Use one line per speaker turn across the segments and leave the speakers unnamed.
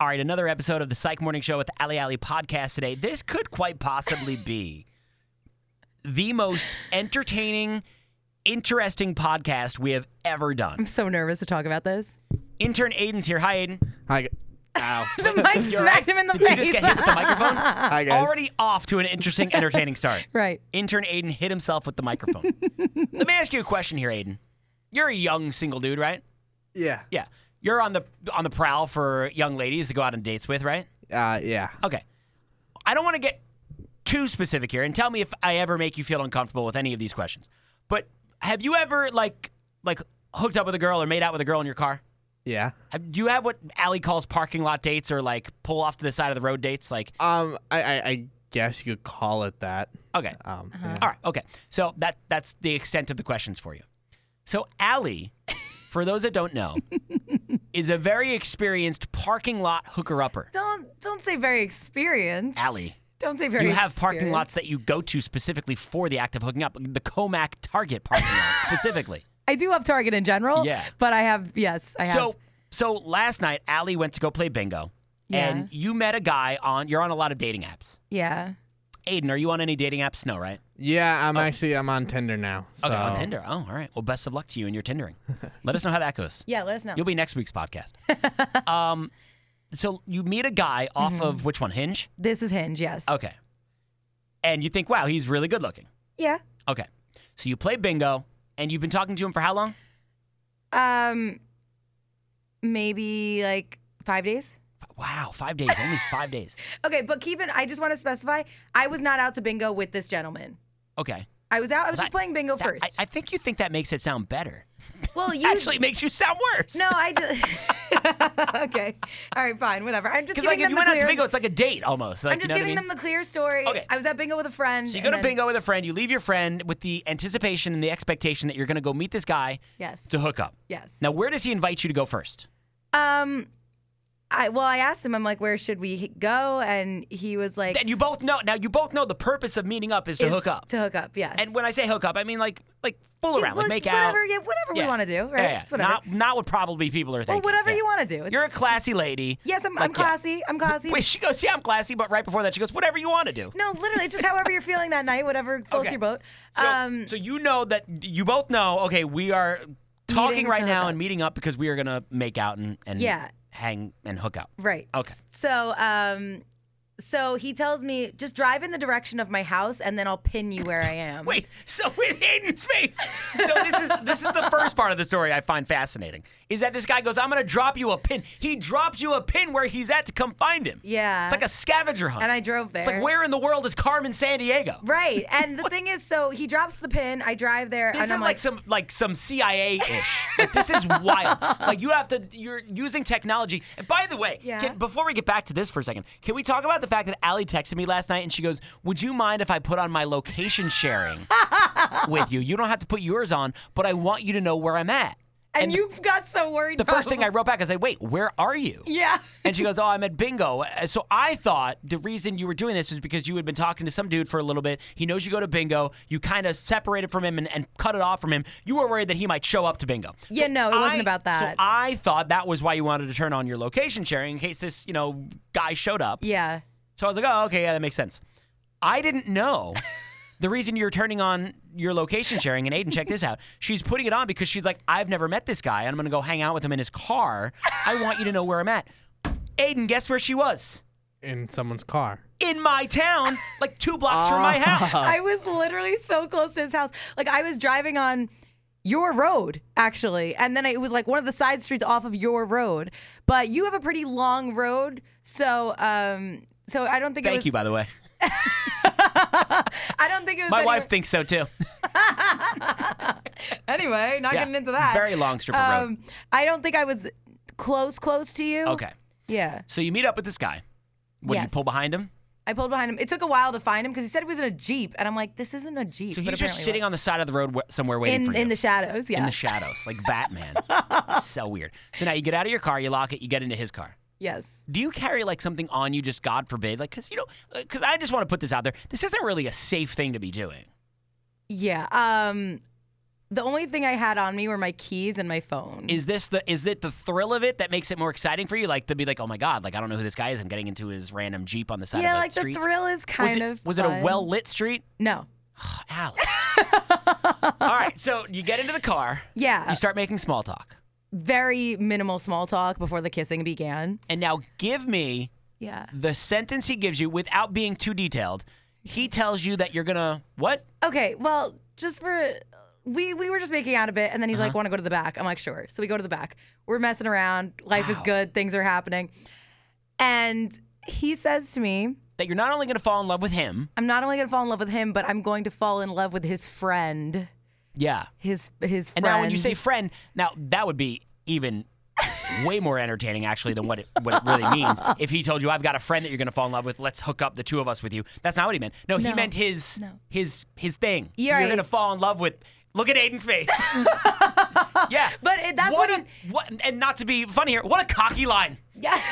All right, another episode of the Psych Morning Show with Ali Ali podcast today. This could quite possibly be the most entertaining, interesting podcast we have ever done.
I'm so nervous to talk about this.
Intern Aiden's here. Hi, Aiden.
Hi. Ow.
The mic
You all
smacked
right?
him in the
Did
face.
you just get hit with the microphone?
Hi, guys.
Already off to an interesting, entertaining start.
right.
Intern Aiden hit himself with the microphone. Let me ask you a question here, Aiden. You're a young single dude, right?
Yeah.
Yeah. You're on the on the prowl for young ladies to go out on dates with, right?
Uh, yeah.
Okay. I don't want to get too specific here and tell me if I ever make you feel uncomfortable with any of these questions. But have you ever like like hooked up with a girl or made out with a girl in your car?
Yeah.
Have, do you have what Allie calls parking lot dates or like pull off to the side of the road dates? Like,
Um, I, I, I guess you could call it that.
okay.
Um,
All right, okay. So that that's the extent of the questions for you. So Allie, for those that don't know, is a very experienced parking lot hooker upper.
Don't don't say very experienced.
Allie.
Don't say very
you have parking
experienced.
lots that you go to specifically for the act of hooking up, the Comac Target parking lot specifically.
I do have Target in general.
Yeah.
But I have yes, I have.
So, so last night, Allie went to go play bingo, and you met a guy on. You're on a lot of dating apps.
yeah.
Aiden, are you on any dating apps? No, right?
yeah, I'm actually, I'm on Tinder now. So.
Oh. Okay, on Tinder. Oh, all right. Well, best of luck to you in your Tindering. Let us know how that goes.
Yeah, let us know.
You'll be next week's podcast. um, so you meet a guy off
Mm-hmm.
of which one? Hinge.
This is Hinge, yes.
Okay. And you think, wow, he's really good looking.
Yeah.
Okay. So you play bingo, and you've been talking to him for how long?
Um maybe like 5 days.
Wow, five days. Only five days.
Okay, but keep in I just want to specify I was not out to bingo with this gentleman.
Okay.
I was out I was
That-
just playing bingo
That-
first.
I, I think you think that makes it sound better.
well, you
Actually, it makes you sound worse.
No, I just Okay. All right, fine, whatever. I'm just
Because like
giving
if
them
you
the
went out
clear-
to bingo, it's like a date almost. Like,
I'm just
you know
giving
what I mean?
them the clear story.
Okay.
I was at bingo with a friend.
So you go to
and then-
bingo with a friend. You leave your friend with the anticipation and the expectation that you're going to go meet this guy
Yes.
to hook up.
Yes.
Now, where does he invite you to go first?
Um, I well, I asked him. I'm like, where should we go? And he was like,
And you both know. Now you both know the purpose of meeting up is to
"Is
hook up.
To hook up, yes.
and when I say hook up, I mean like like fool
Yeah,
around,
well,
like make
whatever,
out.
yeah, whatever
Yeah.
we want to do, right?
Yeah, yeah.
It's whatever.
Not not what probably people are
well,
thinking.
whatever
Yeah.
you want to do. It's-
You're a classy lady.
Yes, I'm, I'm
Like, yeah.
classy. I'm classy.
Wait, she goes, yeah, I'm classy, but right before that, she goes, whatever you want to do.
No, literally, it's just however you're feeling that night, whatever floats
Okay.
your boat.
So,
um,
so you know that you both know. Okay, we are talking
Meeting
right
to
now
hook
and
up.
meeting up because we are gonna make out and and
Yeah.
hang and hook up.
right.
Okay.
So, um, so he tells me just drive in the direction of my house, and then I'll pin you where I am.
Wait, so with Hayden Space. So this is this is the first part of the story I find fascinating. Is that this guy goes, I'm gonna drop you a pin. He drops you a pin where he's at to come find him.
Yeah.
It's like a scavenger hunt.
And I drove there.
It's like where in the world is Carmen San Diego?
Right. And the thing is, so he drops the pin. I drive there.
This
and
is
I'm
like, some like some CIA ish. like this is wild. Like you have to you're using technology. And by the way,
Yeah.
can, before we get back to this for a second, can we talk about the fact that Allie texted me last night and she goes, "Would you mind if I put on my location sharing with you? You don't have to put yours on, but I want you to know where I'm at."
and you got so worried.
The first thing I
probably.
wrote back, I said, "Wait, where are you?"
Yeah.
And she goes, "Oh, I'm at bingo." Uh, So I thought the reason you were doing this was because you had been talking to some dude for a little bit. He knows you go to bingo. You kind of separated from him and, and cut it off from him. You were worried that he might show up to bingo.
Yeah, no, it wasn't
I-
about that.
So I thought that was why you wanted to turn on your location sharing in case this, you know, guy showed up.
Yeah.
So I was like, "Oh, okay, yeah, that makes sense." I didn't know. The reason you're turning on your location sharing, and Aiden, check this out. She's putting it on because she's like, I've never met this guy, and I'm gonna go hang out with him in his car. I want you to know where I'm at. Aiden, guess where she was?
In someone's car.
In my town, like two blocks from my house.
Ah. I was literally so close to his house. Like I was driving on your road actually, and then it was like one of the side streets off of your road. But you have a pretty long road, so um, so I don't think it
Thank
was,
you, by the way.
I don't think it was
My
anywhere-
wife thinks so too.
anyway, not
Yeah.
getting into that.
Very long strip of road.
Um, I don't think I was close, close to you.
Okay.
Yeah.
So you meet up with this guy. What do you
Yes.
pull behind him?
I pulled behind him. It took a while to find him because he said he was in a jeep, and I'm like, this isn't a jeep.
So he's
but
just
apparently
sitting
it
on the side of the road wh- somewhere
was.
waiting for
in
you.
in the shadows. Yeah.
in the shadows, like Batman. so weird. So now you get out of your car, you lock it, you get into his car.
yes.
Do you carry like something on you, just God forbid, like because you know, because I just want to put this out there. This isn't really a safe thing to be doing.
Yeah. Um, the only thing I had on me were my keys and my phone.
Is this the is it the thrill of it that makes it more exciting for you? Like to be like, oh my god, like I don't know who this guy is. I'm getting into his random jeep on the side
yeah,
of a
like
street.
the thrill is
was
kind
it,
of.
was it
fun.
a well lit street?
No.
Alex. All right, so you get into the car.
Yeah.
You start making small talk.
Very minimal small talk before the kissing began.
And now give me
Yeah.
the sentence he gives you without being too detailed. He tells you that you're gonna what?
Okay. Well, just for we we were just making out a bit, and then he's
Uh-huh.
like, "Want to go to the back?" I'm like, "Sure." So we go to the back. We're messing around. Life is
Wow.
good. Things are happening. And he says to me,
That you're not only gonna fall in love with him.
"I'm not only going to fall in love with him, but I'm going to fall in love with his friend.
Yeah.
His his
And
friend."
now when you say friend, now that would be even way more entertaining actually than what it what it really means. If he told you I've got a friend that you're gonna fall in love with, let's hook up the two of us with you. That's not what he meant. No, he
No.
meant his
No.
his his thing.
Yeah,
you're
right.
gonna fall in love with Look at Aiden's face. yeah.
But it- that's what
a, what and not to be funny here, what a cocky line.
yeah.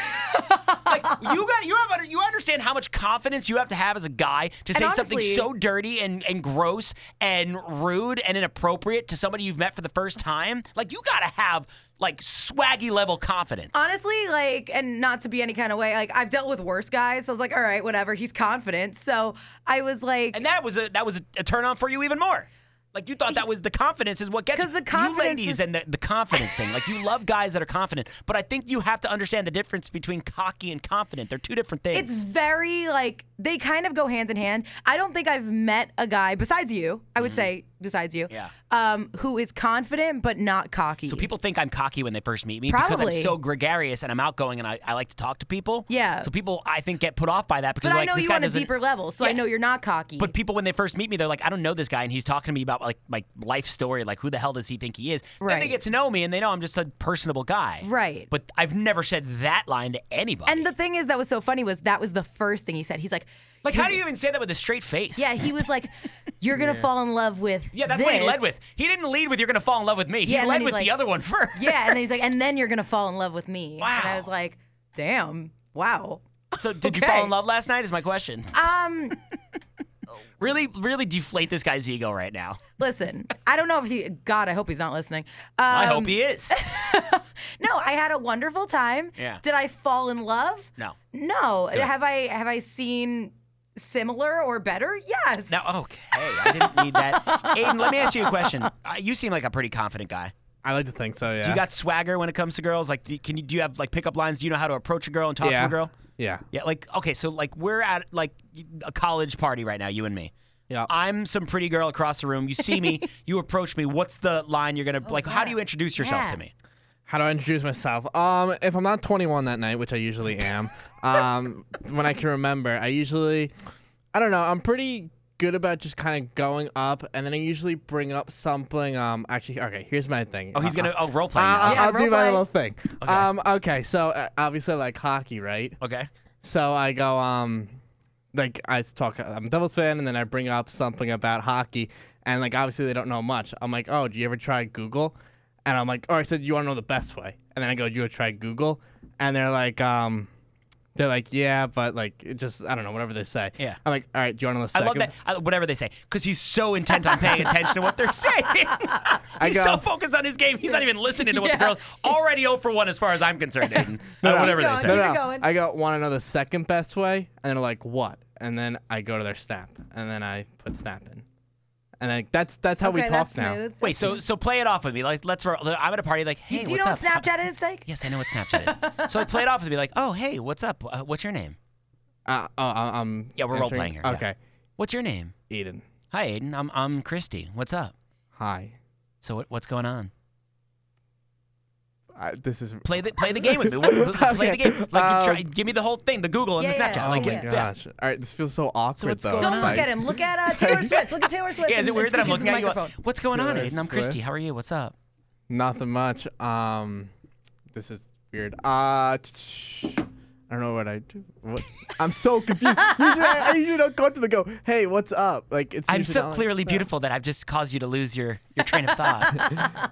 Like you got you have you understand how much confidence you have to have as a guy to say something
honestly-
so dirty and, and gross and rude and inappropriate to somebody you've met for the first time. Like you gotta have like swaggy level confidence.
Honestly, like, and not to be any kind of way, like I've dealt with worse guys, so I was like, "All right, whatever." He's confident, so I was like,
and that was a that was a, a turn on for you even more. Like you thought that was the confidence is what gets
'Cause the
you
confidence
ladies
is-
and the, the confidence thing. Like you love guys that are confident, but I think you have to understand the difference between cocky and confident. They're two different things.
it's very like they kind of go hand in hand. I don't think I've met a guy besides you. I would say besides you,
Mm-hmm. Yeah.
um, who is confident but not cocky.
So people think I'm cocky when they first meet me because I'm
Probably.
so gregarious and I'm outgoing and I, I like to talk to people.
Yeah.
So people I think get put off by that because
but
like
I know
this
you
guy
on a
doesn't-
deeper level, so I
Yeah.
know you're not cocky.
But people when they first meet me, they're like, I don't know this guy and he's talking to me about like my life story, like who the hell does he think he is? Then they
Right.
get to know me and they know I'm just a personable guy.
Right.
But I've never said that line to anybody.
and the thing is that was so funny was that was the first thing he said. He's like,
like how do you even say that with a straight face?
yeah, he was like, you're gonna fall in love with
Yeah, that's what he led
this."
with. He didn't lead with you're gonna fall in love with me.
Yeah,
he
and then
led
he's
with
like-
the other one first.
Yeah, and then he's like, and then you're gonna fall in love with me. And
Wow.
I was like, damn, wow.
So did you
Okay.
fall in love last night is my question.
Um,
really, really deflate this guy's ego right now.
listen, I don't know if he. God, I hope he's not listening. Um,
I hope he is.
No, I had a wonderful time.
Yeah.
Did I fall in love?
No.
No. Have I have I seen similar or better? Yes.
Now, okay, I didn't need that. Aiden, let me ask you a question. Uh, you seem like a pretty confident guy.
I like to think so. Yeah.
Do you got swagger when it comes to girls? Like, do, can you do you have like pickup lines? Do you know how to approach a girl and talk to
Yeah.
a girl?
Yeah.
Yeah, like okay, so like we're at like a college party right now, you and me.
Yeah.
I'm some pretty girl across the room. You see me, you approach me. What's the line you're gonna like? How do you introduce yourself
Oh, Yeah.
to me?
How do I introduce myself? Um, if I'm not 21 that night, which I usually am, um, when I can remember, I usually, I don't know, I'm pretty good about just kind of going up, and then I usually bring up something. Um, actually, okay, here's my thing.
Oh,
Uh,
he's gonna oh role play.
I'll,
now.
Yeah,
I'll
role
do my
play.
little thing. Okay. Um, okay, so uh, obviously I like hockey, right?
Okay.
So I go, um, like I s- talk, I'm a Devils fan, and then I bring up something about hockey, and like obviously they don't know much. I'm like, oh, do you ever try Google? And I'm like, oh, I said you want to know the best way, and then I go, do you ever try Google? And they're like, um, they're like, yeah, but like it just I don't know, whatever they say.
Yeah.
I'm like, all right, do you want to know the
I
second?
love that. I, whatever they say, because he's so intent on paying attention to what they're saying. he's
go-
so focused on his game, he's not even listening to what the
Yeah.
girls already 0 for 1 as far as I'm concerned. Aiden. Uh,
no,
whatever they
keep
say.
going,
No,
keep
no,
it going.
I go, want to know the second best way, and they're like, what? And then I go to their snap, and then I put snap in, and like that's that's how we
Okay,
talk
that's
now.
smooth.
Wait, so so play it off with me. Like, let's. I'm at a party. Like, hey,
Do you
what's
know
up?
what Snapchat is like?
Yes, I know what Snapchat is. so like, play it off with me. Like, oh, hey, what's up? Uh, what's your name?
Uh, oh, I- I'm
Yeah, we're
answering-
role-playing here, yeah.
Okay,
What's your name?
Eden.
Hi, Aiden. I'm I'm Christy. What's up?
Hi.
So what, what's going on?
I, this is.
Play the play the game with me. What, Play the
Okay,
game. Like, you try,
um,
give me the whole thing, the Google and the
Yeah, yeah,
Snapchat.
yeah.
oh
like,
my
yeah.
gosh! All right, this feels so awkward
what's
though.
going
Don't
on?
look
Sorry.
at him. Look at uh, Taylor Swift. Look at Taylor Swift.
Yeah, is
and-
it
and
weird that I'm
speak into
looking
the
at you?
microphone.
What's going on,
Taylor
Aiden? I'm
Swift.
Christy. How are you? What's up?
Nothing much. Um, this is weird. Uh, t- t- I I don't know what I do. What? I'm so confused. you, do, I, you don't go to the go. Hey, what's up? Like it's.
I'm
usually
so
not like-
clearly beautiful that I've just caused you to lose your, your train of thought.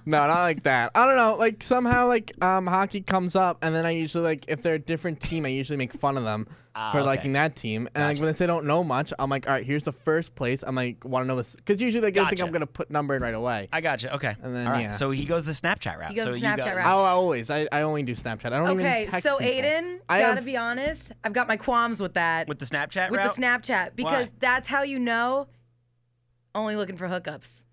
No, not like that. I don't know. Like somehow, like um, hockey comes up, and then I usually like if they're a different team, I usually make fun of them
Ah,
for
okay.
liking that team. And like when they say don't know much, I'm like, all right, here's the first place. I'm like, want to know this? Because usually they think
Gotcha.
I'm gonna put number in right away.
I got you. Okay.
And then,
All right.
yeah.
So he goes the Snapchat route.
He goes
so
the
you
Snapchat
got-
route.
I, I always, I, I only do Snapchat. I don't
Okay,
even text
so
people.
Aiden,
I
gotta
have-
be honest, I've got my qualms with that.
With the Snapchat
with
route?
the Snapchat because
Why?
that's how you know only looking for hookups.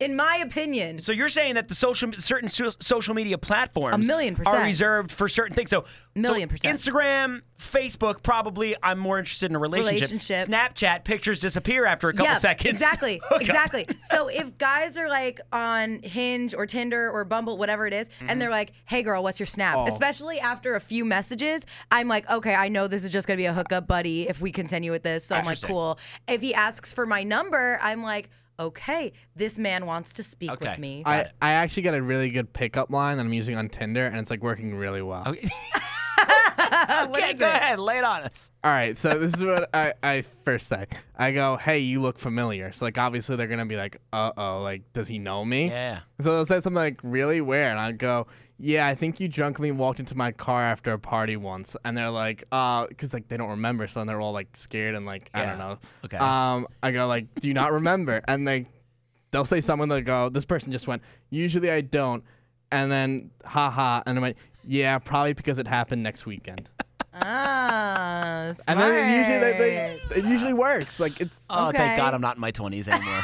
In my opinion,
So you're saying that the social certain so- social media platforms
A million percent.
are reserved for certain things. So
Million
so
percent.
Instagram, Facebook, probably I'm more interested in a relationship.
Relationship.
Snapchat pictures disappear after a couple
yeah,
seconds.
exactly,
Hook up.
exactly. So if guys are like on Hinge or Tinder or Bumble, whatever it is,
Mm-hmm.
and they're like, "Hey, girl, what's your snap?"
Oh.
Especially after a few messages, I'm like, "Okay, I know this is just gonna be a hookup, buddy. If we continue with this, so I'm like,
Interesting.
cool." If he asks for my number, I'm like, "Okay, this man wants to speak
Okay.
with me."
I, I actually got a really good pickup line that I'm using on Tinder, and it's like working really well.
Okay,
What is
go
it?
ahead, lay it on us.
All right, so this is what I, I first say. I go, hey, you look familiar. So, like, obviously they're going to be like, uh oh, like, does he know me?
Yeah.
So they'll say something like, really? Where? And I go, yeah, I think you drunkenly walked into my car after a party once. And they're like, uh, because, like, they don't remember. So they're all, like, scared and, like, I
Yeah.
don't know.
Okay.
Um, I go, like, do you not remember? And they, they'll say someone, they'll go, this person just went, usually I don't. And then, haha. And I went, yeah, probably because it happened next weekend.
Ah,
And then it usually they,
smart.
they, it usually works. Like it's
Oh,
Okay.
thank God I'm not in my 20s anymore.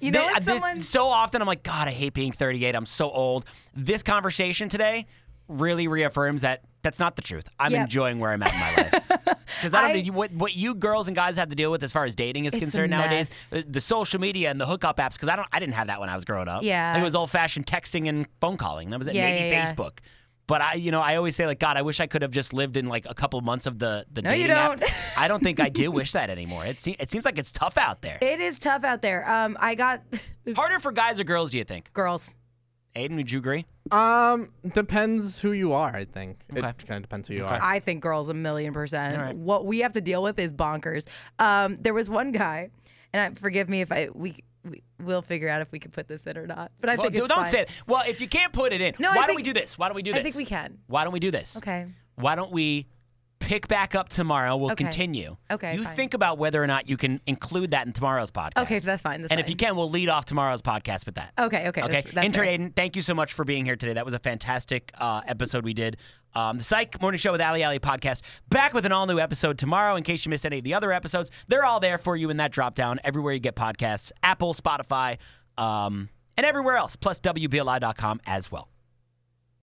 you know
They- uh,
what
this-
someone
so often I'm like, God, I hate being 38. I'm so old. This conversation today really reaffirms that that's not the truth. I'm
Yep.
enjoying where I'm at in my life. Because I don't
I-
know you- what what you girls and guys have to deal with as far as dating is
It's a
concerned nowadays. uh,
mess.
The, the social media and the hookup apps. Because I don't, I didn't have that when I was growing up.
Yeah.
it was old fashioned texting and phone calling. That was it.
Yeah,
Maybe
yeah, yeah.
Facebook. But I, you know, I always say like, God, I wish I could have just lived in like a couple months of the the
No, you
dating
don't.
app. I don't think I do wish that anymore. It, se- it seems like it's tough out there.
It is tough out there. Um, I got this
Harder for guys or girls? Do you think?
girls.
Aiden, would you agree?
um depends who you are. I think
Okay.
it kind of depends who you are.
I think girls a million percent.
All right.
What we have to deal with is bonkers. Um, there was one guy, and I, forgive me if I we, we we'll figure out if we can put this in or not. But I
Well,
think it's
dude, don't
fine.
say it. Well, if you can't put it in,
No, I
why don't we
think-
do this? Why don't we do
I
this?
think we can.
Why don't we do this?
Okay.
Why don't we pick back up tomorrow? We'll
Okay.
continue.
Okay,
You
fine.
think about whether or not you can include that in tomorrow's podcast.
Okay, so that's fine. That's
and
fine.
if you can, we'll lead off tomorrow's podcast with that.
Okay. Okay.
Okay.
That's, that's
Intern
fair.
Aiden, thank you so much for being here today. That was a fantastic uh, episode we did. Um, the Psych Morning Show with Ali Ali podcast. Back with an all new episode tomorrow. In case you missed any of the other episodes, they're all there for you in that drop down everywhere you get podcasts Apple, Spotify, um, and everywhere else, plus WBLI.com as well.